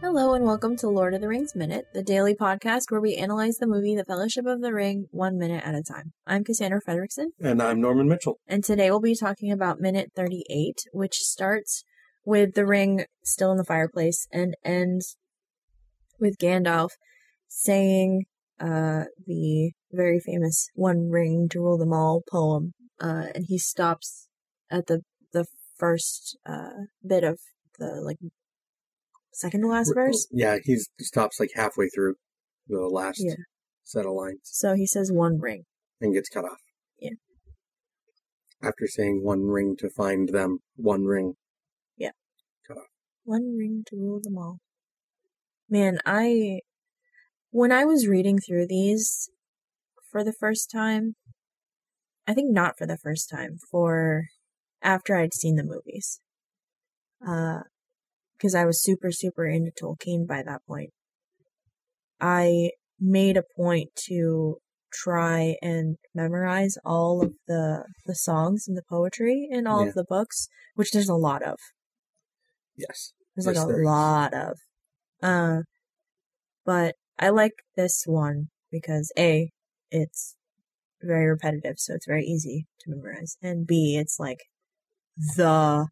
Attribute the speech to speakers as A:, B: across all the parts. A: Hello and welcome to Lord of the Rings Minute, the daily podcast where we analyze the movie The Fellowship of the Ring one minute at a time. I'm Cassandra Frederickson,
B: And I'm Norman Mitchell.
A: and today we'll be talking about minute 38, which starts with the ring still in the fireplace and ends with Gandalf saying uh, the very famous One Ring to Rule Them All poem. Uh, and he stops at the, the first uh, bit of the like second to last
B: R-
A: verse.
B: Yeah, he's, he stops like halfway through the last
A: Yeah.
B: set of lines
A: So he says one ring.
B: and gets cut off.
A: Yeah.
B: After saying one ring to find them, one ring.
A: One ring to rule them all. Man, I. When I was reading through these for the first time, I think not for the first time, for after I'd seen the movies. Because I was super, super into Tolkien by that point. I made a point to try and memorize all of the the songs and the poetry in all
B: Yeah.
A: of the books, which there's a lot of.
B: Yes.
A: There's
B: Yes,
A: like a
B: there is.
A: lot of. Uh, but I like this one because A, it's very repetitive, so it's very easy to memorize. And B, it's like the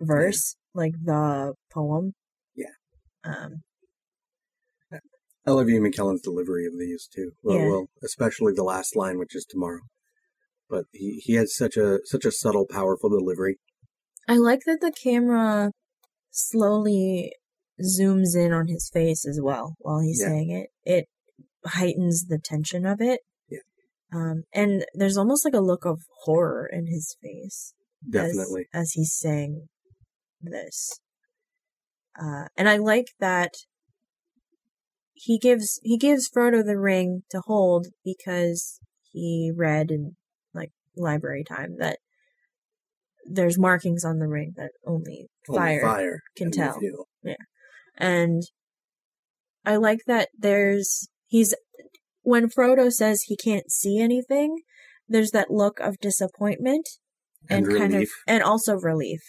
A: verse, like the poem.
B: Yeah.
A: Um,
B: I love you, McKellen's delivery of these too. Well,
A: Yeah.
B: well, especially the last line, which is tomorrow. But he, he has such a such a subtle, powerful delivery.
A: I like that the camera slowly zooms in on his face as well while he's
B: Yeah.
A: saying it. It heightens the tension of it.
B: Yeah.
A: Um, and there's almost like a look of horror in his face as-
B: Definitely.
A: as, he's saying this. Uh, and I like that he gives he gives Frodo the ring to hold because he read in like library time that there's markings on the ring that only
B: Only
A: fire,
B: fire
A: can
B: and
A: tell.
B: reveal.
A: and I like that there's he's when Frodo says he can't see anything, there's that look of disappointment
B: And, relief.
A: kind of and also relief.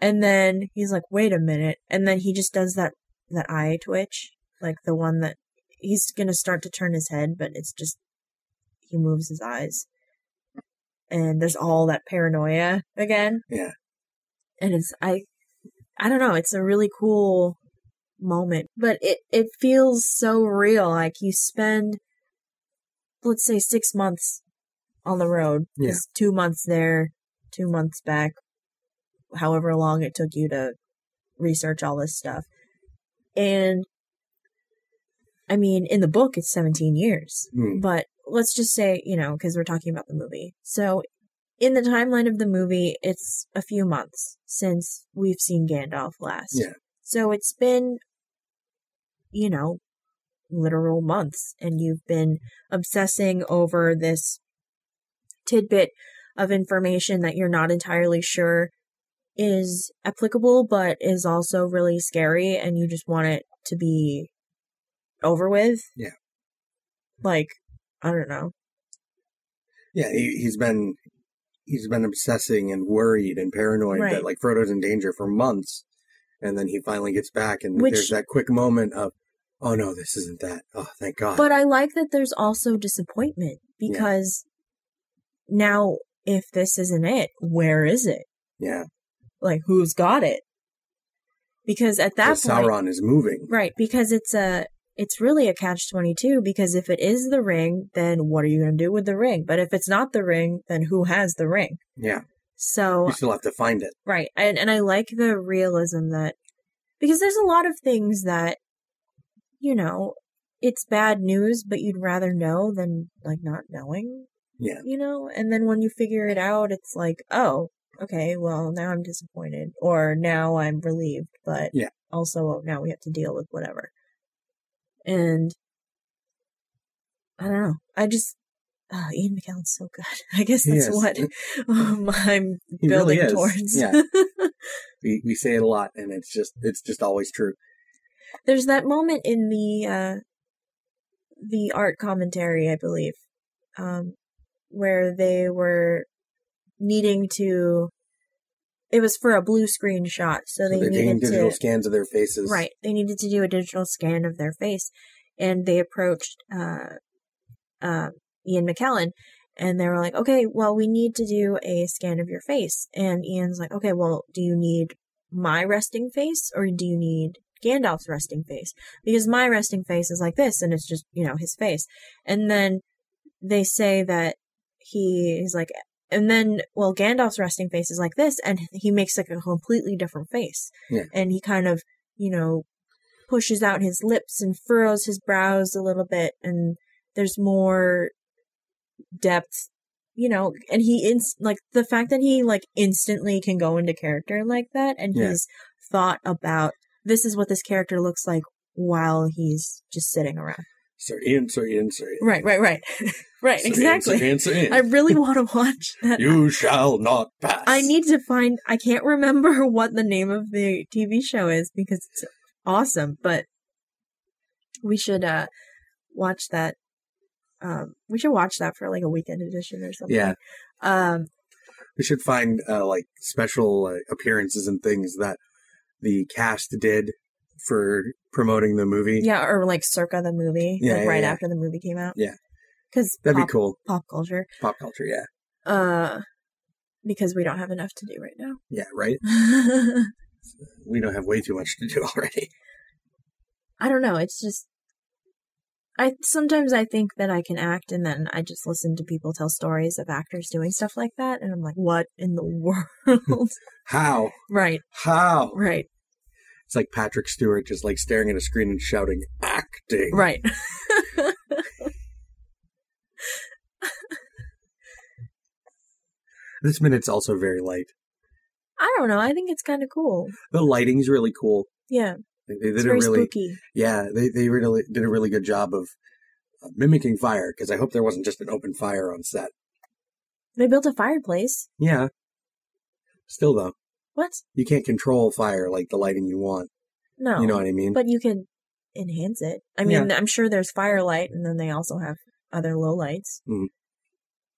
A: And then he's like, "Wait a minute!" And then he just does that that eye twitch, like the one that he's gonna start to turn his head, but it's just he moves his eyes, and there's all that paranoia again.
B: Yeah.
A: and it's I, I don't know. It's a really cool moment, but it it feels so real. Like you spend, let's say, six months on the road.
B: Yeah.
A: It's two months there, two months back, however long it took you to research all this stuff. And I mean, in the book, it's 17 years,
B: Hmm.
A: but let's just say, you know, because we're talking about the movie. So in the timeline of the movie, it's a few months since we've seen Gandalf last.
B: Yeah.
A: So it's been, you know, literal months, and you've been obsessing over this tidbit of information that you're not entirely sure is applicable, but is also really scary, and you just want it to be over with.
B: Yeah.
A: Like, I don't know.
B: Yeah, he, he's been he's been obsessing and worried and paranoid
A: Right.
B: that like Frodo's in danger for months, and then he finally gets back, and
A: Which-
B: there's that quick moment of, oh no, this isn't that. Oh, thank God.
A: But I like that there's also disappointment
B: Yeah.
A: because now, if this isn't it, where is it?
B: yeah,
A: Like, who's got it? Because at that
B: so
A: point,
B: Sauron is moving.
A: right? Because it's a, it's really a catch twenty two. Because if it is the ring, then what are you going to do with the ring? But if it's not the ring, then who has the ring?
B: Yeah,
A: So
B: we still have to find it.
A: Right. And and I like the realism that because there's a lot of things that you know, it's bad news but you'd rather know than like not knowing,
B: Yeah,
A: you know? And then when you figure it out, it's like, "Oh, okay, well, now I'm disappointed or now I'm relieved, but
B: Yeah.
A: also "Oh, now we have to deal with whatever." And I don't know. I just Oh, Ian McKellen's so good. I guess
B: He
A: that's
B: is.
A: what I'm
B: He really
A: building
B: is.
A: towards.
B: Yeah. we we say it a lot, and it's just it's just always true.
A: There's that moment in the uh, the art commentary, I believe, um, where they were needing to it was for a blue screen shot, so,
B: So
A: they
B: they're taking
A: needed
B: digital
A: to
B: scans of their faces.
A: right. They needed to do a digital scan of their face, and they approached uh, uh, Ian McKellen, and they were like, "Okay, well, we need to do a scan of your face." And Ian's like, "Okay, well, do you need my resting face or do you need Gandalf's resting face? Because my resting face is like this, and it's just you know his face." And then they say that he is like and then well gandalf's resting face is like this and he makes like a completely different face
B: Yeah.
A: and he kind of you know pushes out his lips and furrows his brows a little bit and there's more depth you know and he inst- like the fact that he like instantly can go into character like that and
B: Yeah.
A: he's thought about this is what this character looks like while he's just sitting around
B: Sir Ian, Sir Ian, Sir Ian.
A: right right right right
B: Sir Ian,
A: exactly
B: Sir Ian, Sir Ian.
A: I really want to watch that.
B: you shall not pass.
A: I need to find. I can't remember what the name of the TV show is because it's awesome. But we should uh watch that. Um, we should watch that for like a weekend edition or something.
B: Yeah.
A: Um.
B: We should find uh, like special uh, appearances and things that the cast did for promoting the movie.
A: Yeah. Or like circa the movie.
B: Yeah,
A: like
B: yeah,
A: right
B: yeah.
A: after the movie came out.
B: Yeah.
A: Because
B: That'd
A: pop,
B: be cool.
A: pop culture.
B: Pop culture, yeah.
A: Uh. Because we don't have enough to do right
B: Yeah, right?
A: now.
B: We don't have way too much to do already.
A: I don't know. It's just I sometimes I think that I can act, and then I just listen to people tell stories of actors doing stuff like that, and I'm like, what in the world?
B: How?
A: right,
B: How?
A: right,
B: It's like Patrick Stewart just like staring at a screen and shouting, acting.
A: right.
B: This minute's also very light.
A: I don't know. I think it's kind of cool.
B: The lighting's really cool.
A: Yeah,
B: They, they
A: it's
B: did a
A: very
B: really,
A: spooky.
B: yeah, they, they really did a really good job of uh, mimicking fire because I hope there wasn't just an open fire on set.
A: They built a fireplace.
B: Yeah. Still though,
A: What?
B: you can't control fire like the lighting you want.
A: No,
B: You know what I mean?
A: but you can enhance it. I mean, I'm sure there's firelight, and then they also have other low lights.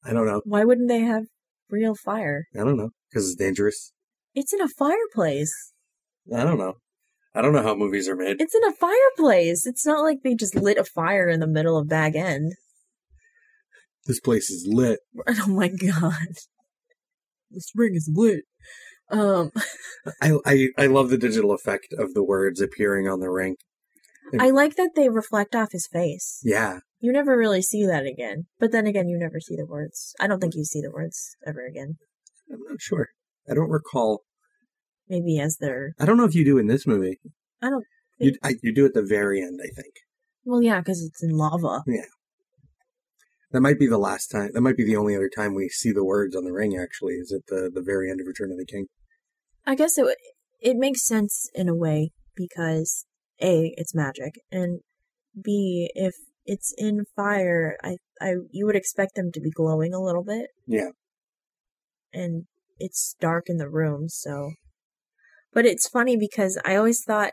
B: I don't know.
A: Why wouldn't they have real fire?
B: I don't know because it's dangerous.
A: It's in a fireplace.
B: I don't know. I don't know how movies are made.
A: It's in a fireplace. It's not like they just lit a fire in the middle of Bag End.
B: This place is lit.
A: Oh my god. This ring is lit. Um
B: I, I I love the digital effect of the words appearing on the ring.
A: I like that they reflect off his face.
B: Yeah,
A: You never really see that again. But then again, you never see the words. I don't think you see the words ever again.
B: I'm not sure. I don't recall.
A: Maybe as they're
B: I don't know if you do in this movie.
A: I don't
B: You I, you do at the very end. I think
A: well, yeah, because it's in lava.
B: that might be the last time. That might be the only other time we see the words on the ring. Actually, is at the the very end of Return of the King.
A: I guess it would- it makes sense in a way because a it's magic and b if it's in fire, I I you would expect them to be glowing a little bit.
B: Yeah.
A: And it's dark in the room, so but it's funny because I always thought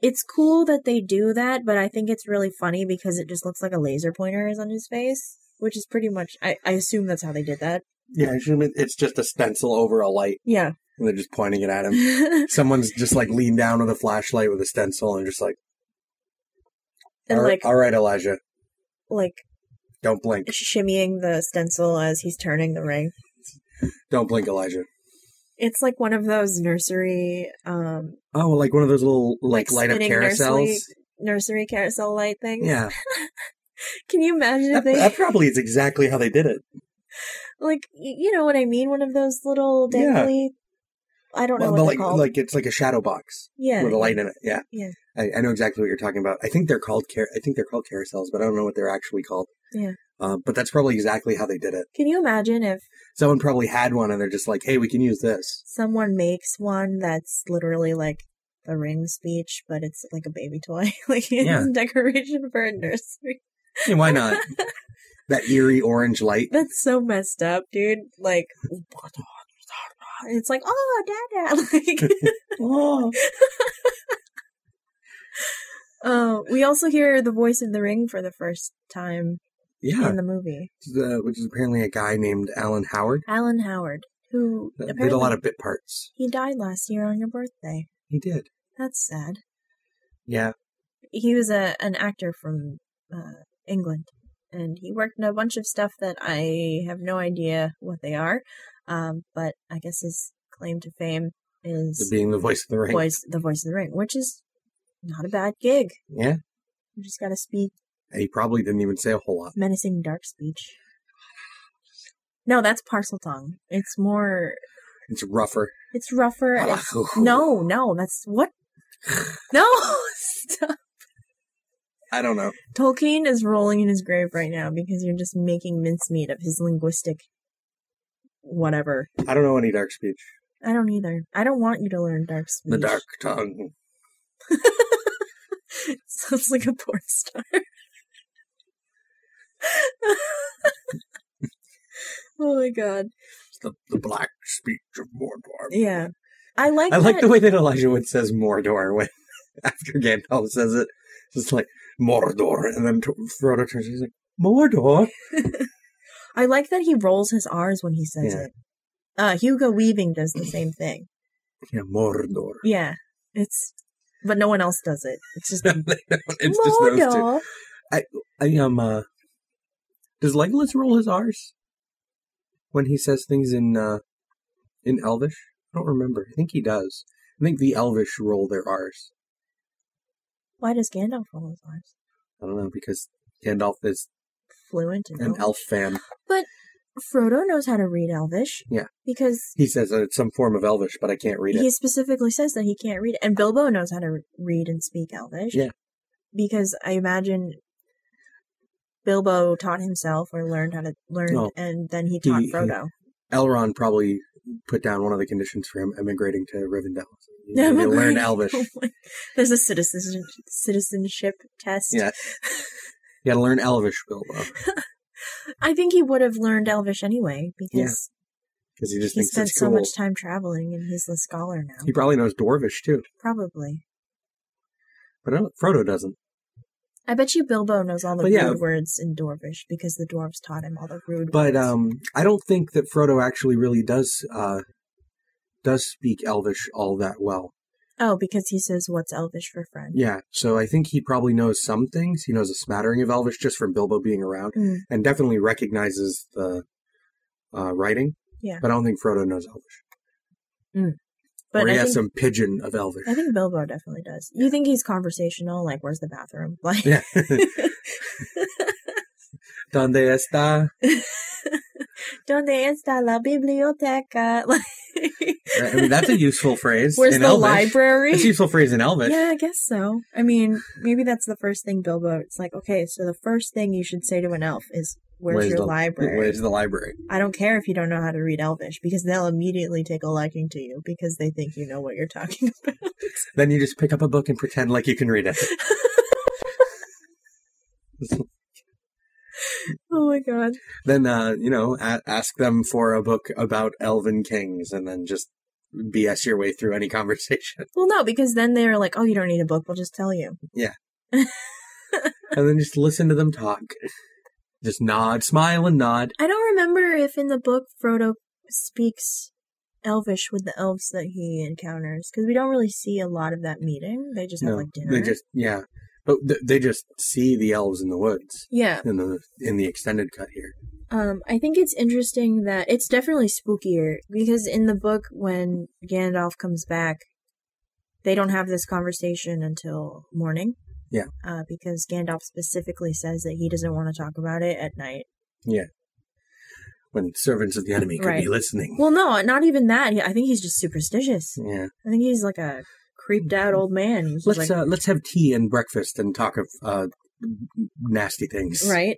A: it's cool that they do that, but I think it's really funny because it just looks like a laser pointer is on his face, which is pretty much I, I assume that's how they did that.
B: Yeah, I assume it- it's just a stencil over a light,
A: Yeah.
B: and they're just pointing it at him. Someone's just like leaned down with a flashlight with a stencil and just like,
A: and
B: all right,
A: like
B: all right, Elijah,
A: like
B: don't blink,
A: shimmying the stencil as he's turning the ring.
B: don't blink, Elijah.
A: It's like one of those nursery um
B: Oh, like one of those little like,
A: Like
B: light up
A: spinning
B: carousels.
A: nursery- nursery carousel light things.
B: Yeah,
A: Can you imagine if
B: that,
A: they
B: that probably is exactly how they did it.
A: like y- you know what I mean? One of those little
B: Yeah.
A: dangly I don't know
B: Well,
A: what
B: like
A: they're called.
B: like it's like a shadow box
A: yeah.
B: with a light in it. Yeah,
A: Yeah.
B: I, I know exactly what you're talking about. I think they're called car- I think they're called carousels, but I don't know what they're actually called.
A: Yeah.
B: Um, but that's probably exactly how they did it.
A: Can you imagine if
B: Someone probably had one, and they're just like, "Hey, we can use this."
A: someone makes one that's literally like the ring speech, but it's like a baby toy, like it's
B: Yeah.
A: decoration for a nursery.
B: Hey, why not? that eerie orange light.
A: That's so messed up, dude. Like, it's like, oh, dad, Like,
B: Oh.
A: oh, we also hear the voice of the ring for the first time
B: Yeah,
A: in the movie.
B: which is, uh, which is apparently a guy named Alan Howard.
A: Alan Howard, who
B: Uh,
A: apparently
B: Did a lot of bit parts.
A: he died last year on your birthday.
B: He did.
A: That's sad.
B: Yeah.
A: He was a an actor from uh, England, and he worked in a bunch of stuff that I have no idea what they are. Um, but I guess his claim to fame is
B: Being the voice of the ring.
A: voice the voice of the ring, which is not a bad gig.
B: Yeah.
A: You just got to speak
B: And he probably didn't even say a whole lot.
A: menacing dark speech. No, that's parcel tongue. It's more.
B: It's rougher.
A: It's rougher. It's, no, no, that's what. No, stop.
B: I don't know.
A: Tolkien is rolling in his grave right now because you're just making mincemeat of his linguistic. Whatever.
B: I don't know any dark speech.
A: I don't either. I don't want you to learn dark speech.
B: The dark tongue.
A: Sounds like a porn star. oh my god.
B: The, the black speech of Mordor.
A: Yeah. I like
B: I like
A: that-
B: the way that Elijah Wood says Mordor when after Gandalf says it. It's like Mordor, and then Frodo turns. He's like Mordor.
A: I like that he rolls his R's when he says
B: Yeah.
A: it. Uh, Hugo Weaving does the same thing.
B: Yeah, Mordor.
A: Yeah, it's but no one else does it. It's just
B: it's just those two.
A: Mordor.
B: I am. Uh, does Legolas roll his R's when he says things in uh, in Elvish? I don't remember. I think he does. I think the Elvish roll their R's.
A: Why does Gandalf roll his R's?
B: I don't know because Gandalf is
A: Fluent and
B: an elf fan.
A: Frodo knows how to read Elvish.
B: Yeah.
A: because
B: He says that it's some form of Elvish, but I can't read it.
A: he specifically says that he can't read it. And Bilbo knows how to re- read and speak Elvish.
B: Yeah.
A: Because I imagine Bilbo taught himself or learned how to learn,
B: No.
A: and then he taught
B: He- he-
A: Frodo.
B: Elrond probably put down one of the conditions for him emigrating to Rivendell. You need to learn Elvish. You
A: oh There's a citizen citizenship test.
B: Yeah. gotta learn Elvish, Bilbo,
A: I think he would have learned Elvish anyway because
B: because he just
A: he
B: thinks
A: spent
B: it's
A: so
B: cool.
A: much time traveling and he's the scholar now.
B: He probably knows Dwarvish too,
A: Probably.
B: but I don't, Frodo doesn't.
A: I bet you Bilbo knows all the
B: But
A: rude
B: yeah.
A: words in Dwarvish because the dwarves taught him all the rude words.
B: But um, I don't think that Frodo actually really does uh, does speak Elvish all that well.
A: Oh, because he says, "What's Elvish for friend?"
B: Yeah, so I think he probably knows some things. He knows a smattering of Elvish just from Bilbo being around,
A: Mm.
B: and definitely recognizes the uh, writing.
A: Yeah.
B: but I don't think Frodo knows Elvish.
A: But
B: or he
A: I
B: has
A: think,
B: some pigeon of Elvish.
A: I think Bilbo definitely does. You think he's conversational? Like, where's the bathroom? Like,
B: Yeah. Donde está?
A: donde está la biblioteca? Like,
B: I mean, that's a useful phrase
A: where's
B: in
A: the
B: Elvish.
A: library?
B: It's a useful phrase in Elvish.
A: Yeah, I guess so. I mean, maybe that's the first thing Bilbo. It's like, okay, so the first thing you should say to an elf is, "Where's, your
B: the,
A: library?"
B: Where's the library?
A: I don't care if you don't know how to read Elvish because they'll immediately take a liking to you because they think you know what you're talking about.
B: Then you just pick up a book and pretend like you can read it.
A: oh my god.
B: then, uh, you know, a- ask them for a book about elven kings and then just BS your way through any conversation.
A: Well, no, because then they're like, "Oh, you don't need a book. We'll just tell you."
B: and then just listen to them talk. Just nod, smile, and nod.
A: I don't remember if in the book Frodo speaks Elvish with the elves that he encounters because we don't really see a lot of that meeting. They just have like dinner.
B: they just, yeah. But th- they just see the elves in the woods.
A: yeah.
B: in the in the extended cut here.
A: Um, I think it's interesting that it's definitely spookier because in the book, when Gandalf comes back, they don't have this conversation until morning.
B: Yeah.
A: Uh, because Gandalf specifically says that he doesn't want to talk about it at night.
B: When servants of the enemy could
A: Right.
B: be listening.
A: Well, no, not even that. He- I think he's just superstitious.
B: Yeah.
A: I think he's like a creeped out old man. He's
B: Let's
A: like,
B: uh, let's have tea and breakfast and talk of uh, nasty things.
A: right?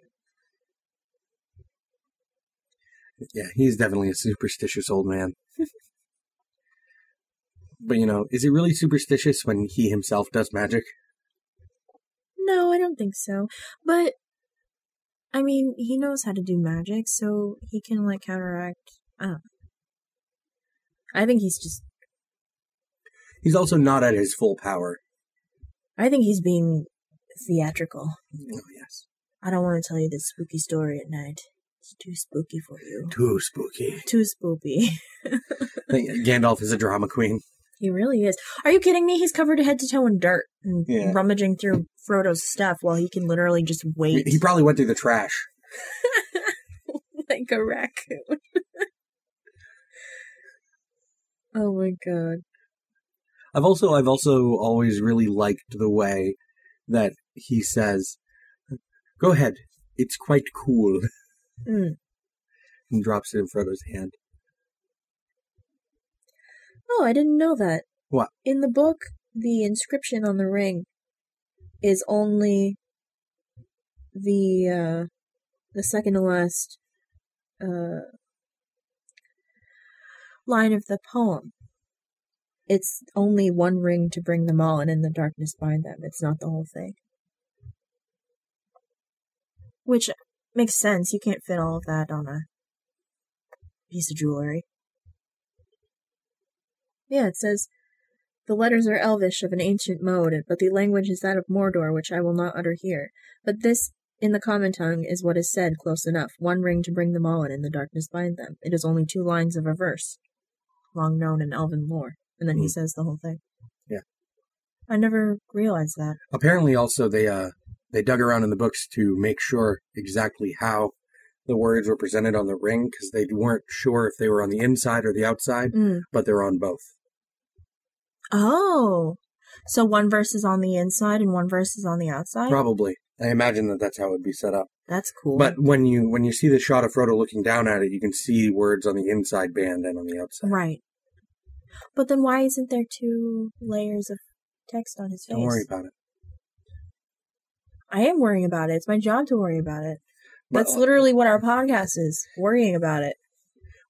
B: Yeah, he's definitely a superstitious old man. but you know, is it really superstitious when he himself does magic?
A: No, I don't think so. But I mean, he knows how to do magic, so he can like counteract. I don't know. I think he's just.
B: He's also not at his full power.
A: I think he's being theatrical.
B: Oh yes.
A: I don't want to tell you this spooky story at night. It's too spooky for you.
B: Too spooky.
A: Too spooky.
B: I think Gandalf is a drama queen.
A: He really is. Are you kidding me? He's covered head to toe in dirt and
B: Yeah.
A: rummaging through Frodo's stuff while he can literally just wait
B: He probably went through the trash.
A: like a raccoon. oh my god.
B: I've also I've also always really liked the way that he says, "Go ahead, it's quite cool,"
A: Mm.
B: and drops it in Frodo's hand.
A: Oh, I didn't know that.
B: What?
A: In the book, the inscription on the ring is only the uh the second to last uh line of the poem. It's only one ring to bring them all and in the darkness bind them. It's not the whole thing. Which makes sense. You can't fit all of that on a piece of jewelry. Yeah, it says, The letters are elvish of an ancient mode, but the language is that of Mordor, which I will not utter here. But this, in the common tongue, is what is said close enough. One ring to bring them all in, in the darkness bind them. It is only two lines of a verse, long known in elven lore. And then he
B: Hmm.
A: says the whole thing.
B: Yeah.
A: I never realized that.
B: Apparently, also they uh they dug around in the books to make sure exactly how the words were presented on the ring because they weren't sure if they were on the inside or the outside,
A: Mm.
B: but they're on both.
A: Oh. So one verse is on the inside and one verse is on the outside?
B: Probably, I imagine that that's how it would be set up.
A: That's cool.
B: But when you when you see the shot of Frodo looking down at it, you can see words on the inside band and on the outside.
A: Right. But then why isn't there two layers of text on his face?
B: Don't worry about it.
A: I am worrying about it. It's my job to worry about it.
B: But- uh,
A: That's literally what our podcast is worrying about it.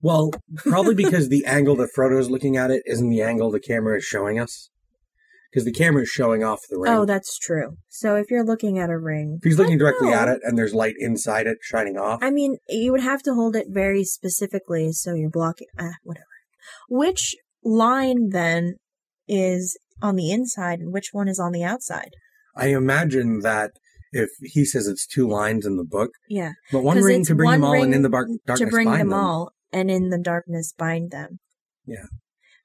B: Well, probably because the angle that Frodo's looking at it isn't the angle the camera is showing us. Because the camera is showing off the ring.
A: Oh, that's true. So if you're looking at a ring,
B: if he's looking directly
A: know.
B: at it and there's light inside it shining off,
A: Oh. I mean, you would have to hold it very specifically so you're blocking. Ah, whatever. Which line then is on the inside and which one is on the outside?
B: I imagine that if he says it's two lines in the book,
A: Yeah.
B: but one
A: 'Cause
B: ring
A: it's
B: to bring them
A: one
B: all and
A: ring
B: in the bar- darkness
A: to bring
B: bind
A: them, all and in the darkness bind them.
B: Yeah.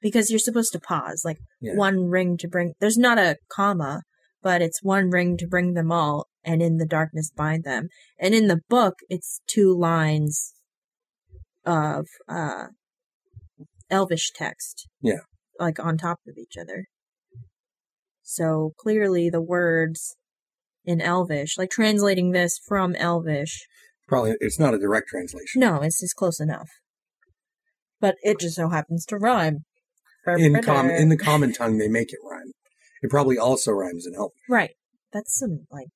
A: Because you're supposed to pause, like
B: Yeah.
A: one ring to bring. There's not a comma, but it's one ring to bring them all and in the darkness bind them. And in the book, it's two lines of uh elvish text.
B: Yeah.
A: Like on top of each other. So clearly the words in elvish, like translating this from elvish
B: Probably it's not a direct translation.
A: no, it's just close enough. But it just so happens to rhyme.
B: In com- in the common tongue they make it rhyme. It probably also rhymes in Elvish.
A: right. That's some like,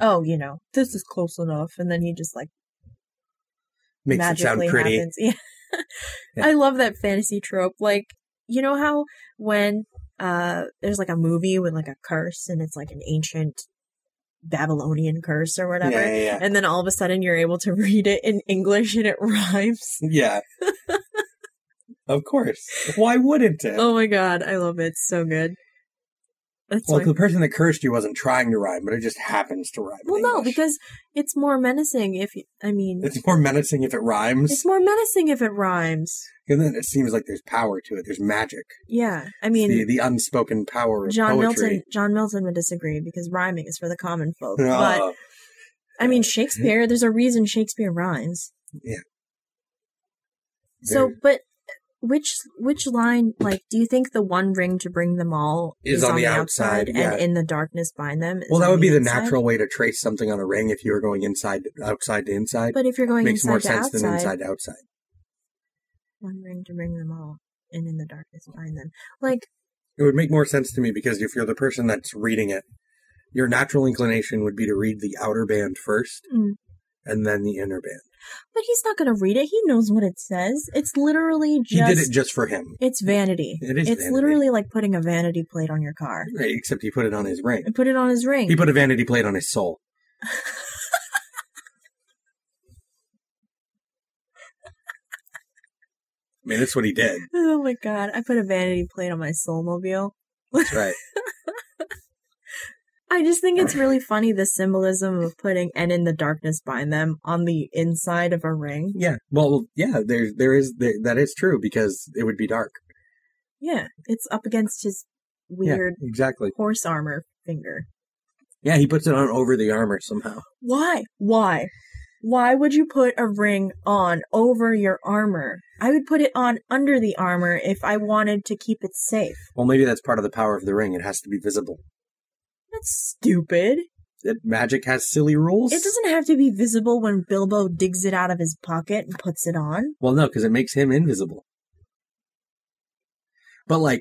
A: oh, you know, this is close enough, and then he just like
B: Makes it sound
A: magically
B: pretty.
A: happens. Yeah.
B: Yeah.
A: I love that fantasy trope. Like, you know how when uh there's like a movie with like a curse and it's like an ancient Babylonian curse or whatever,
B: Yeah, yeah, yeah.
A: and then all of a sudden you're able to read it in English and it rhymes.
B: Yeah. of course. Why wouldn't it?
A: Oh my god, I love it. It's so good. That's
B: Well,
A: my
B: the person that cursed you wasn't trying to rhyme, but it just happens to rhyme. in
A: Well, no,
B: English.
A: because it's more menacing if you, I mean, it's,
B: it's more menacing if it rhymes,
A: more menacing if it rhymes.
B: and then it seems like there's power to it. There's magic.
A: Yeah, I
B: the,
A: mean,
B: the unspoken power of
A: John Milton,
B: poetry.
A: John Milton would disagree because rhyming is for the common folk. But
B: Oh,
A: I mean, Shakespeare. There's a reason Shakespeare rhymes.
B: Yeah.
A: So,
B: There-
A: but which which line? Like, do you think the one ring to bring them all
B: Is on the outside, yeah.
A: and in the darkness bind them? is
B: well, that
A: on
B: would be the
A: inside?
B: natural way to trace something on a ring if you were going inside, outside to inside.
A: But if you're going
B: Makes
A: inside
B: more
A: to
B: sense
A: outside,
B: than inside to outside.
A: one ring to bring them all, and in the darkness bind them. Like,
B: It would make more sense to me because if you're the person that's reading it, your natural inclination would be to read the outer band first
A: Mm.
B: and then the inner band.
A: but he's not going to read it. He knows what it says. It's literally
B: He
A: just.
B: did it just for him.
A: it's vanity.
B: It is
A: It's
B: vanity.
A: literally like putting a vanity plate on your car.
B: Right, except he put it on his ring.
A: And put it on his ring.
B: He put a vanity plate on his soul. I mean, that's what he did.
A: oh my god! I put a vanity plate on my soulmobile.
B: That's right.
A: I just think it's really funny the symbolism of putting "and in the darkness bind them" on the inside of a ring.
B: Yeah. Well, yeah. There, there is there, that is true because it would be dark.
A: Yeah, it's up against his weird
B: Yeah, exactly.
A: horse armor finger.
B: Yeah, he puts it on over the armor somehow.
A: Why? Why? Why would you put a ring on over your armor? I would put it on under the armor if I wanted to keep it safe.
B: Well, maybe that's part of the power of the ring. It has to be visible.
A: That's stupid.
B: That magic has silly rules.
A: It doesn't have to be visible when Bilbo digs it out of his pocket and puts it on.
B: Well, no, because it makes him invisible. But like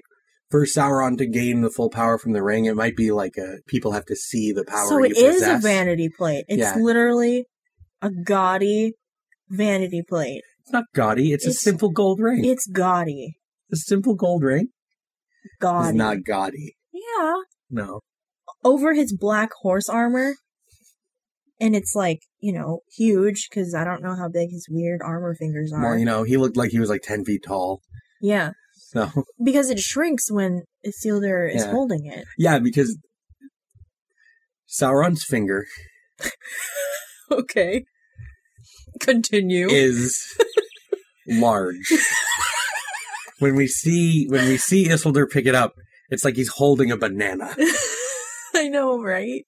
B: for Sauron to gain the full power from the ring, it might be like a, people have to see the power.
A: so
B: you
A: it is a
B: possess.
A: vanity plate. It's
B: Yeah.
A: literally a gaudy vanity plate.
B: It's not gaudy. It's, a
A: It's-
B: simple gold ring.
A: It's gaudy.
B: a simple gold ring
A: Gaudy.
B: is not gaudy.
A: yeah.
B: No.
A: over his black horse armor and it's like you know huge because i don't know how big his weird armor fingers are
B: Well, you know, he looked like he was like ten feet tall.
A: yeah
B: So
A: because it shrinks when Isildur is
B: Yeah.
A: holding it
B: yeah, because Sauron's finger
A: okay continue
B: is large. when we see when we see Isildur pick it up, it's like he's holding a banana.
A: i know right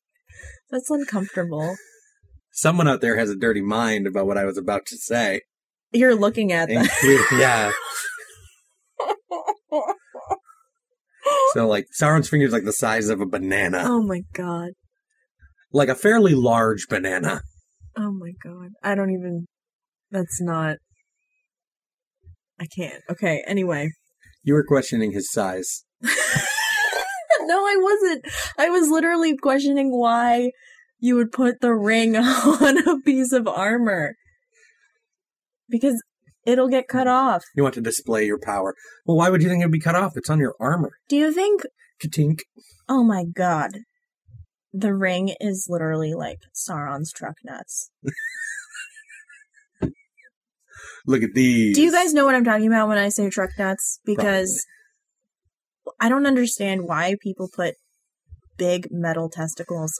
A: that's uncomfortable
B: Someone out there has a dirty mind about what I was about to say.
A: you're looking at that
B: Inclu- yeah. So like Sauron's finger is like the size of a banana,
A: oh my god
B: like a fairly large banana.
A: oh my god i don't even that's not i can't okay anyway
B: You were questioning his size.
A: No, I wasn't. I was literally questioning why you would put the ring on a piece of armor. Because it'll get cut off.
B: You want to display your power. Well, why would you think it would be cut off? It's on your armor.
A: Do you think,
B: Katink.
A: oh my god, the ring is literally like Sauron's truck nuts?
B: Look at these.
A: Do you guys know what I'm talking about when I say truck nuts? Because I don't understand why people put big metal testicles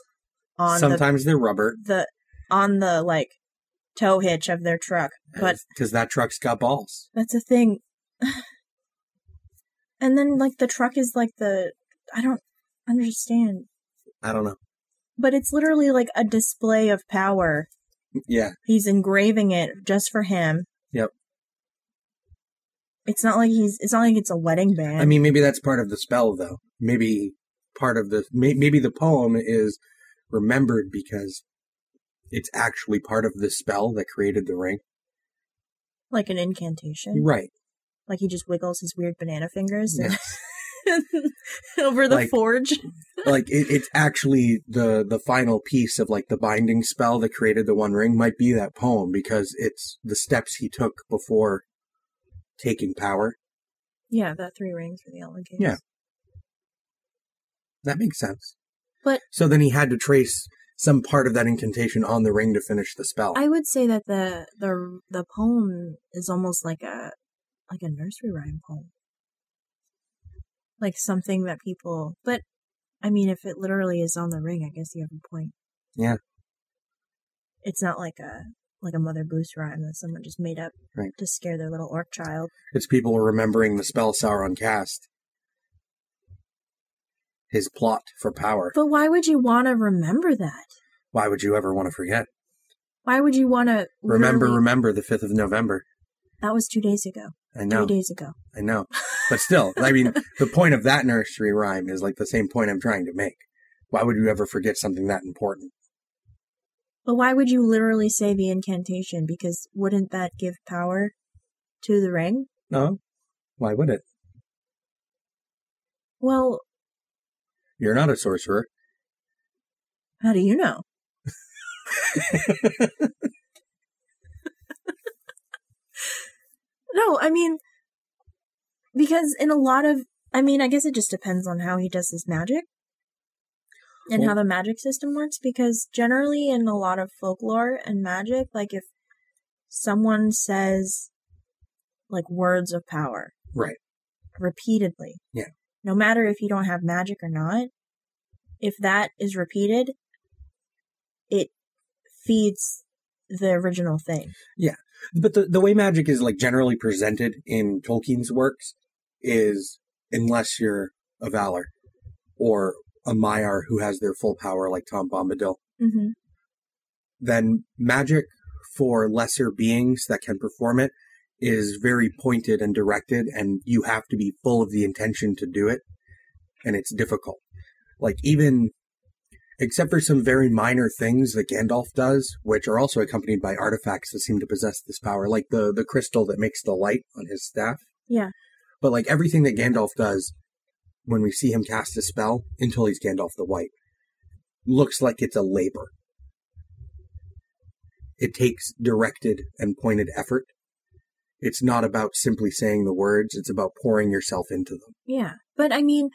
A: on the,
B: Sometimes they're rubber,
A: the on the like tow hitch of their truck, but
B: because uh, that truck's got balls.
A: That's a thing. And then like the truck is like the I don't understand,
B: I don't know.
A: but it's literally like a display of power.
B: Yeah,
A: He's engraving it just for him.
B: Yep.
A: It's not like he's it's not like it's a wedding band.
B: I mean, maybe that's part of the spell, though. Maybe part of the may, maybe the poem is remembered because it's actually part of the spell that created the ring.
A: like an incantation.
B: Right.
A: Like he just wiggles his weird banana fingers
B: Yeah.
A: and over the
B: Like-
A: forge.
B: like it, it's actually the the final piece of like the binding spell that created the One Ring might be that poem because it's the steps he took before taking power.
A: Yeah, that three rings for the Elven Kings.
B: Yeah. That makes sense.
A: But-
B: so then he had to trace some part of that incantation on the ring to finish the spell.
A: I would say that the the the poem is almost like a like a nursery rhyme poem, like something that people. But I mean, if it literally is on the ring, I guess you have a point.
B: Yeah.
A: It's not like a like a Mother Goose rhyme that someone just made up
B: Right.
A: to scare their little orc child.
B: It's people remembering the spell Sauron cast. His plot for power.
A: But why would you want to remember that?
B: Why would you ever want to forget?
A: Why would you want to
B: Remember, remember the 5th of November.
A: That was two days ago.
B: I know.
A: Three days ago.
B: I know. But still, I mean, the point of that nursery rhyme is like the same point I'm trying to make. Why would you ever forget something that important?
A: But why would you literally say the incantation? Because wouldn't that give power to the ring?
B: No. Why would it?
A: Well,
B: You're not a sorcerer.
A: how do you know? no, I mean, because in a lot of, I mean, I guess it just depends on how he does his magic and how the magic system works. Because generally, in a lot of folklore and magic, like if someone says like words of power,
B: Right.
A: repeatedly.
B: Yeah.
A: No matter if you don't have magic or not, if that is repeated, it feeds the original thing.
B: But the, the way magic is like generally presented in Tolkien's works is unless you're a Valar or a Maiar who has their full power like Tom Bombadil,
A: Mm-hmm.
B: then magic for lesser beings that can perform it is very pointed and directed, and you have to be full of the intention to do it, and it's difficult. Like, even except for some very minor things that Gandalf does, which are also accompanied by artifacts that seem to possess this power, like the, the crystal that makes the light on his staff.
A: Yeah.
B: But, like, everything that Gandalf does when we see him cast a spell until he's Gandalf the White looks like it's a labor it takes directed and pointed effort. It's not about simply saying the words, it's about pouring yourself into them.
A: Yeah. But I mean,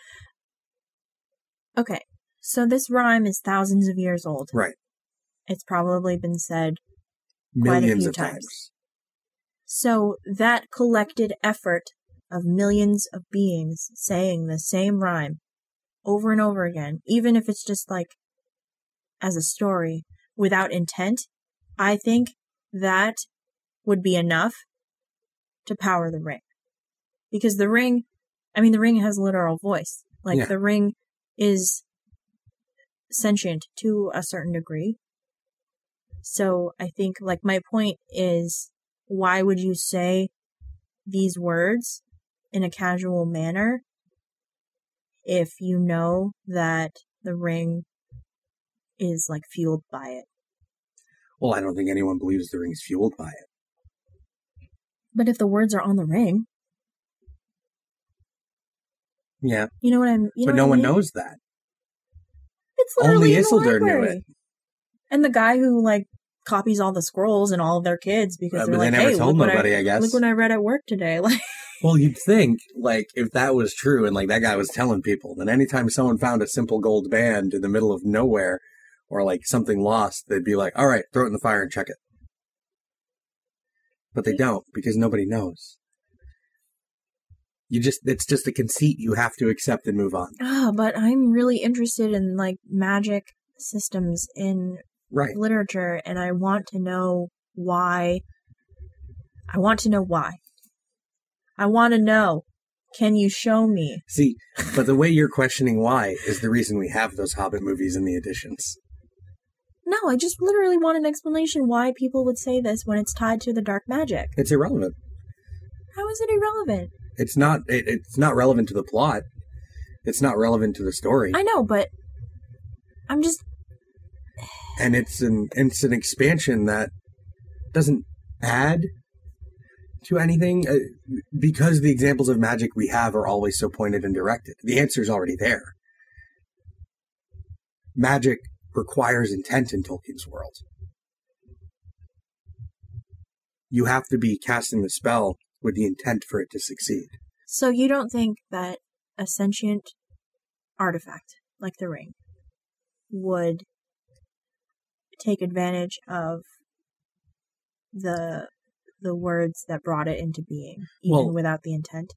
A: okay. So this rhyme is thousands of years old.
B: Right.
A: It's probably been said. Quite a
B: Millions
A: few
B: of
A: times.
B: times.
A: So that collected effort of millions of beings saying the same rhyme over and over again, even if it's just like as a story without intent, I think that would be enough to power the ring. Because the ring, I mean, the ring has literal voice. Like
B: Yeah.
A: the ring is sentient to a certain degree. So I think, like, my point is why would you say these words in a casual manner if you know that the ring is like fueled by it?
B: Well, I don't think anyone believes the ring's fueled by it.
A: But if the words are on the ring,
B: Yeah.
A: you know what I'm. You know what
B: but no
A: I
B: one
A: mean?
B: knows that.
A: It's
B: Only
A: literally in the
B: Isildur knew
A: library. And the guy who like copies all the scrolls and all of their kids because
B: Uh,
A: they're
B: but they
A: like,
B: never
A: hey,
B: told
A: look
B: nobody,
A: what
B: I,
A: I,
B: guess.
A: look what I read at work today. Like,
B: Well, you'd think, like, if that was true and, like, that guy was telling people, then anytime someone found a simple gold band in the middle of nowhere or, like, something lost, they'd be like, all right, throw it in the fire and check it. But they don't because nobody knows. You just, it's just a conceit you have to accept and move on.
A: ah, but I'm really interested in like magic systems in
B: Right.
A: literature, and I want to know why. I want to know why. I want to know. Can you show me?
B: See, but the way you're questioning why is the reason we have those Hobbit movies in the editions.
A: No, I just literally want an explanation why people would say this when it's tied to the dark magic.
B: It's irrelevant.
A: How is it irrelevant?
B: It's not, it, it's not relevant to the plot. It's not relevant to the story.
A: I know, but I'm just
B: and it's an it's an expansion that doesn't add to anything uh, because the examples of magic we have are always so pointed and directed. The answer is already there. Magic requires intent in Tolkien's world. You have to be casting the spell with the intent for it to succeed.
A: so you don't think that a sentient artifact like the ring would take advantage of the the words that brought it into being even
B: Well-
A: without the intent.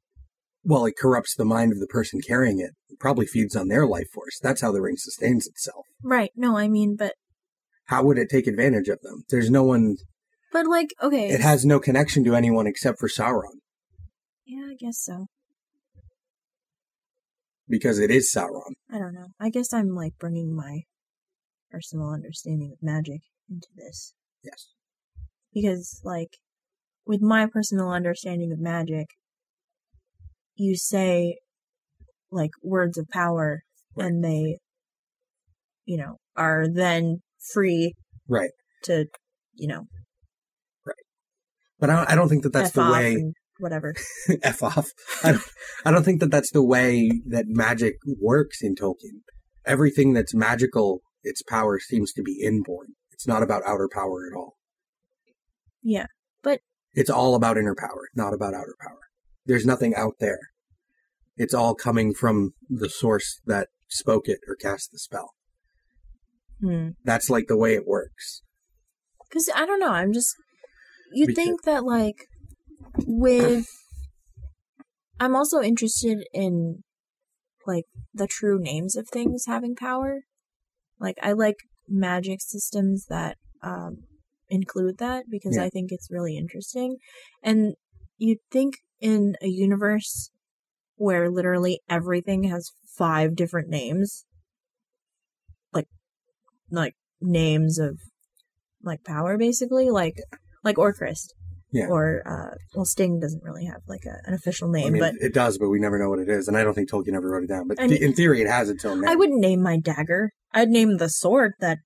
B: Well, it corrupts the mind of the person carrying it. It probably feeds on their life force. That's how the ring sustains itself.
A: Right. No, I mean but
B: How would it take advantage of them? There's no one
A: but like okay.
B: It has no connection to anyone except for Sauron
A: yeah, I guess so.
B: because it is Sauron.
A: I don't know. I guess I'm like bringing my personal understanding of magic into this.
B: Yes.
A: because like with my personal understanding of magic you say like words of power and they you know are then free
B: Right.
A: to you know
B: But I don't, I don't think that that's
A: F
B: the
A: off
B: way
A: and whatever
B: f off. I don't, I don't think that that's the way that magic works in Tolkien. Everything that's magical, its power seems to be inborn. It's not about outer power at all.
A: Yeah, but-
B: it's all about inner power, not about outer power. There's nothing out there. It's all coming from the source that spoke it or cast the spell.
A: hmm
B: That's like the way it works.
A: because i don't know i'm just you'd
B: Because-
A: think that like with i'm also interested in like the true names of things having power. Like I like magic systems that um, include that because
B: Yeah.
A: I think it's really interesting. And you'd think in a universe where literally everything has five different names, like like names of like power basically, like like Orchrist.
B: Yeah.
A: Or uh well Sting doesn't really have like a, an official name,
B: I mean,
A: but
B: it does, but we never know what it is, and I don't think Tolkien ever wrote it down. But
A: I
B: th-
A: mean-
B: in theory, it has until now.
A: I wouldn't name my dagger. I'd name the sword that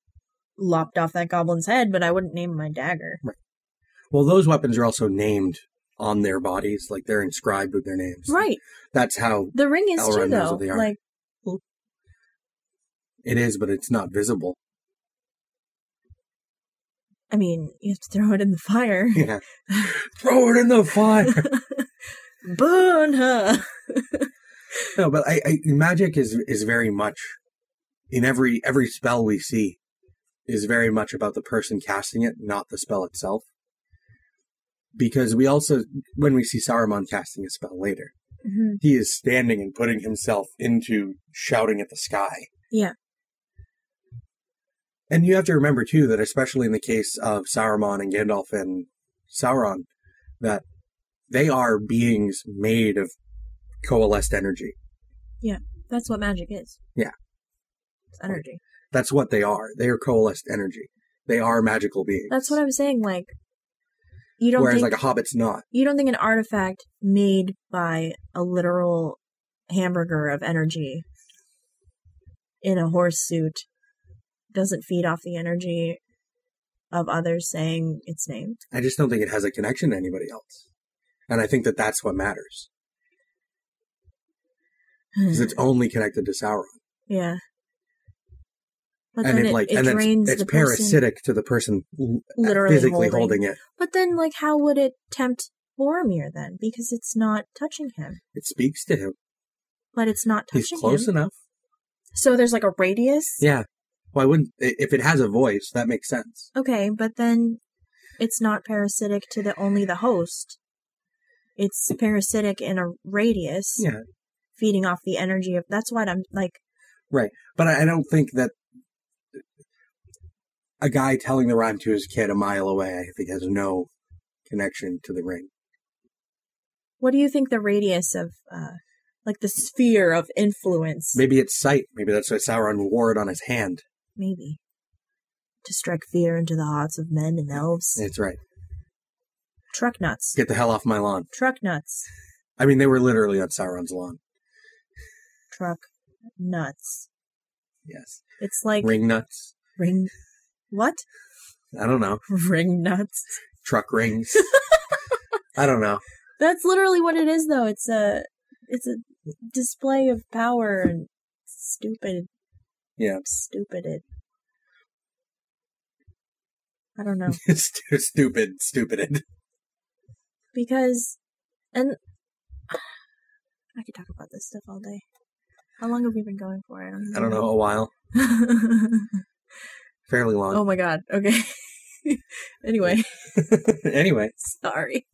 A: lopped off that goblin's head, but I wouldn't name my dagger.
B: Well, those weapons are also named on their bodies, like they're inscribed with their names.
A: Right.
B: That's how
A: The ring is too
B: Elrond knows
A: though.
B: what they are.
A: Like
B: it is, but it's not visible.
A: I mean, you have to throw it in the fire.
B: Yeah. Throw it in the fire.
A: Burn her.
B: no, but I, I magic is is very much in every every spell we see is very much about the person casting it, not the spell itself. Because we also when we see Saruman casting a spell later,
A: Mhm.
B: he is standing and putting himself into shouting at the sky.
A: Yeah.
B: And you have to remember too that especially in the case of Saruman and Gandalf and Sauron, that they are beings made of coalesced energy.
A: That's what magic is.
B: Yeah.
A: It's energy.
B: That's what they are. They are coalesced energy. They are magical beings.
A: That's what I was saying. Like, you don't
B: Whereas
A: think
B: like a hobbit's not.
A: you don't think an artifact made by a literal hamburger of energy in a horse suit doesn't feed off the energy of others saying its name.
B: I just don't think it has a connection to anybody else. And I think that that's what matters. Because it's
A: Mm-hmm.
B: only connected to Sauron.
A: yeah. But
B: and
A: then
B: it,
A: it,
B: like
A: it
B: and then
A: drains
B: it's,
A: the
B: it's
A: person
B: parasitic to the person l-
A: literally
B: physically
A: holding.
B: holding it.
A: But then, like, how would it tempt Boromir then? Because it's not touching him.
B: It speaks to him.
A: But it's not touching
B: He's close
A: him.
B: enough.
A: So there's like a radius.
B: Yeah. Why wouldn't i- if it has a voice, that makes sense.
A: Okay, but then it's not parasitic to the only the host. It's parasitic in a radius,
B: Yeah.
A: feeding off the energy of. That's what I'm like.
B: But I I don't think that a guy telling the rhyme to his kid a mile away, I think, has no connection to the ring.
A: What do you think the radius of, uh, like the sphere of influence?
B: Maybe it's sight. Maybe that's why Sauron wore it on his hand.
A: Maybe. To strike fear into the hearts of men and elves.
B: That's right.
A: Truck nuts.
B: Get the hell off my lawn.
A: Truck nuts.
B: I mean, they were literally on Sauron's lawn.
A: Truck nuts.
B: Yes.
A: It's like
B: ring nuts.
A: ring what?
B: I don't know.
A: Ring nuts.
B: Truck rings. I don't know.
A: That's literally what it is though. It's a it's a display of power and stupid
B: Yeah.
A: stupid it. I don't know.
B: Stu- stupid, stupid.
A: Because and I could talk about this stuff all day. How long have we been going for? I don't even
B: I don't know. A while. Fairly long.
A: oh my god. Okay. anyway.
B: anyway,
A: Sorry.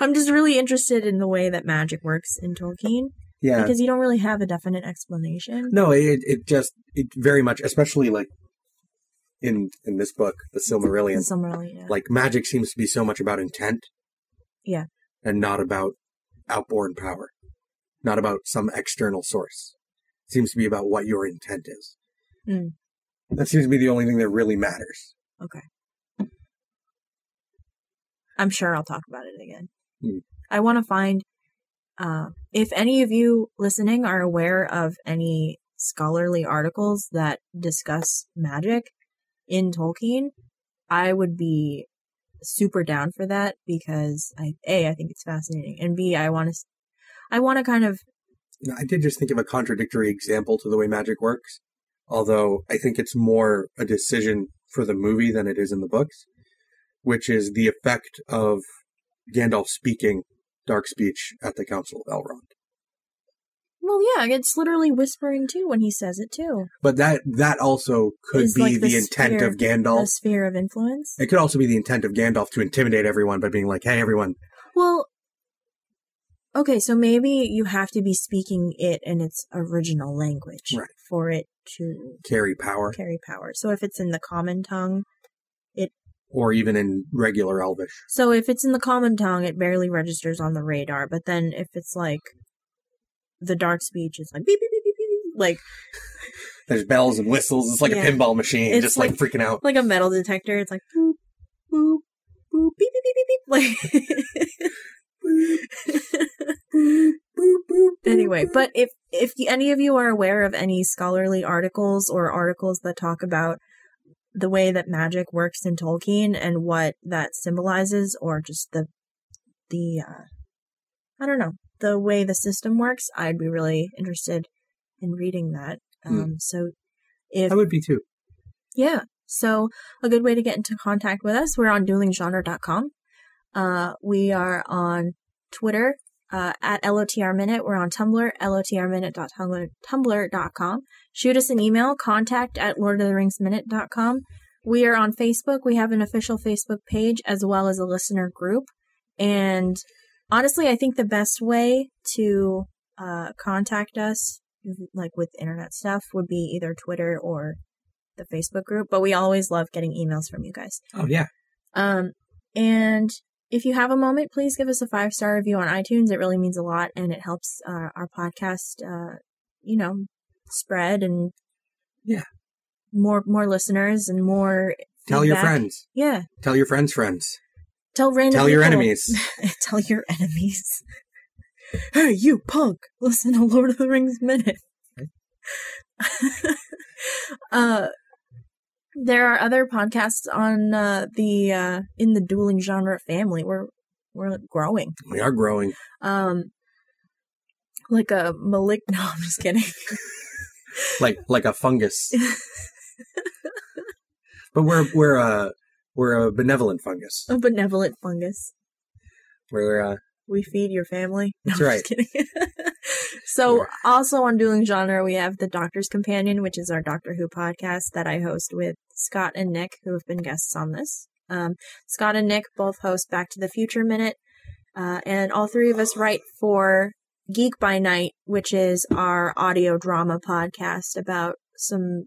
A: I'm just really interested in the way that magic works in Tolkien
B: yeah.
A: because you don't really have a definite explanation.
B: No, it it just it very much, especially like in in this book, the
A: In
B: Silmarillion.
A: Silmarillion.
B: Like magic seems to be so much about intent.
A: Yeah.
B: And not about outborn power, not about some external source. It seems to be about what your intent is.
A: Mm.
B: That seems to be the only thing that really matters.
A: I'm sure I'll talk about it again.
B: Hmm.
A: I want to find uh, if any of you listening are aware of any scholarly articles that discuss magic in Tolkien, I would be super down for that because I a I think it's fascinating and b I want to I want to kind of
B: Now, I did just think of a contradictory example to the way magic works, although I think it's more a decision for the movie than it is in the books, which is the effect of Gandalf speaking dark speech at the Council of Elrond.
A: Well, yeah, it's literally whispering too when he says it too.
B: But that that also could
A: It's
B: be
A: like the
B: the intent of
A: The
B: Gandalf.
A: sphere of influence.
B: It could also be the intent of Gandalf to intimidate everyone by being like, "Hey, everyone,
A: Well, Okay, so maybe you have to be speaking it in its original language
B: Right.
A: for it to
B: carry power,
A: carry power. So if it's in the common tongue,
B: or even in regular Elvish.
A: so if it's in the common tongue, it barely registers on the radar. But then if it's like the dark speech, it's like beep beep beep beep beep, like
B: There's bells and whistles. It's like
A: Yeah.
B: a pinball machine,
A: It's
B: just like,
A: like-
B: freaking out.
A: like a metal detector. It's like boop boop boop beep beep beep beep beep. Like anyway, but if if y- any of you are aware of any scholarly articles or articles that talk about the way that magic works in Tolkien and what that symbolizes, or just the the uh, I don't know the way the system works, I'd be really interested in reading that.
B: Hmm.
A: Um, So if
B: I would be too.
A: yeah. So a good way to get into contact with us, we're on duelinggenre.com. Uh, we are on Twitter uh, at LOTR Minute. We're on Tumblr, lotrminute.tumblr.com. Shoot us an email, contact at lordoftheringsminute.com. We are on Facebook. We have an official Facebook page as well as a listener group. And honestly, I think the best way to uh, contact us, like with internet stuff, would be either Twitter or the Facebook group, but we always love getting emails from you guys.
B: Oh yeah,
A: Um, and if you have a moment, please give us a five star review on iTunes. It really means a lot, and it helps uh, our podcast, uh, you know, spread and
B: Yeah.
A: more more listeners and more.
B: tell your
A: feedback.
B: friends.
A: Yeah,
B: Tell your friends' friends.
A: tell random.
B: Tell your
A: people.
B: enemies.
A: tell your enemies. hey, you punk! Listen to Lord of the Rings minute. uh, there are other podcasts on uh, the uh, in the dueling genre family. We're we're growing.
B: We are growing.
A: Um, like a malic. No, I'm just kidding.
B: like like a fungus. but we're we're a we're a benevolent fungus.
A: a benevolent fungus.
B: We're uh,
A: We feed your family. No,
B: That's
A: I'm
B: right.
A: just kidding. so, also on Dueling Genre, we have The Doctor's Companion, which is our Doctor Who podcast that I host with Scott and Nick, who have been guests on this. Um, Scott and Nick both host Back to the Future Minute, uh, and all three of us write for Geek by Night, which is our audio drama podcast about some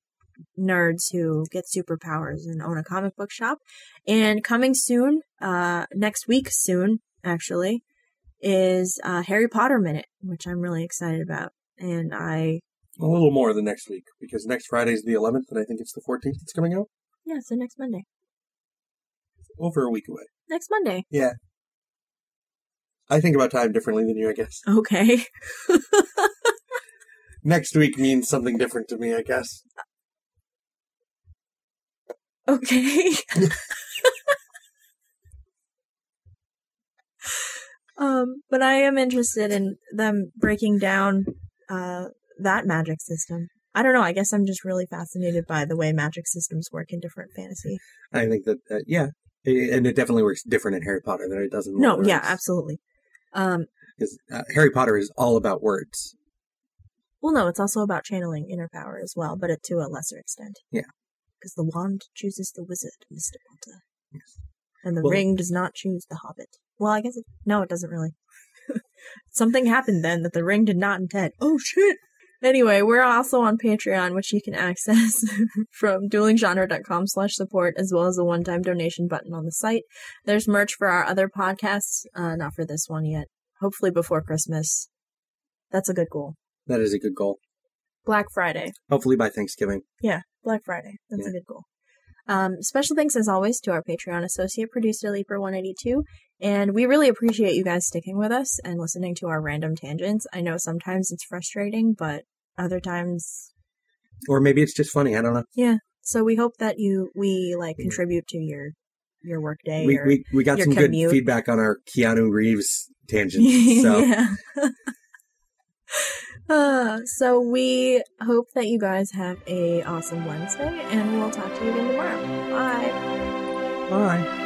A: nerds who get superpowers and own a comic book shop. And coming soon, uh, next week, soon, actually, is uh, Harry Potter Minute, which I'm really excited about. And I,
B: a little more than next week because next Friday's the 11th, and I think it's the 14th. It's coming out
A: yeah, so next Monday.
B: over a week away.
A: Next Monday.
B: Yeah, I think about time differently than you, I guess.
A: Okay.
B: Next week means something different to me, I guess.
A: Okay. um, but I am interested in them breaking down uh, that magic system. I don't know. I guess I'm just really fascinated by the way magic systems work in different fantasy.
B: I think that uh, yeah, I- and it definitely works different in Harry Potter than it does in Lord of
A: No,
B: the
A: yeah,
B: Rings.
A: absolutely. Um,
B: 'Cause, uh, Harry Potter is all about words.
A: well, no, it's also about channeling inner power as well, but it, to a lesser extent.
B: Yeah.
A: Because the wand chooses the wizard, Mr. Potter.
B: Yes.
A: And the
B: Well-
A: ring does not choose the hobbit. Well, I guess it. No, it doesn't really. Something happened then that the ring did not intend. Oh, shit! Anyway, we're also on Patreon, which you can access from duelinggenre.com slash support, as well as the one-time donation button on the site. There's merch for our other podcasts, uh, not for this one yet. Hopefully before Christmas. That's a good goal.
B: That is a good goal.
A: Black Friday.
B: Hopefully by Thanksgiving.
A: Black Friday. That's a
B: Yeah.
A: good goal. Um, special thanks, as always, to our Patreon associate producer, Leaper182. And we really appreciate you guys sticking with us and listening to our random tangents. I know sometimes it's frustrating, but other times.
B: Or maybe it's just funny. I don't know.
A: So we hope that you we like
B: Yeah.
A: contribute to your your workday.
B: we,
A: or...
B: we, we got
A: your
B: some good
A: commute.
B: feedback on our Keanu Reeves tangent. So
A: yeah. uh, so we hope that you guys have a awesome Wednesday, and we'll talk to you again tomorrow. Bye.
B: bye.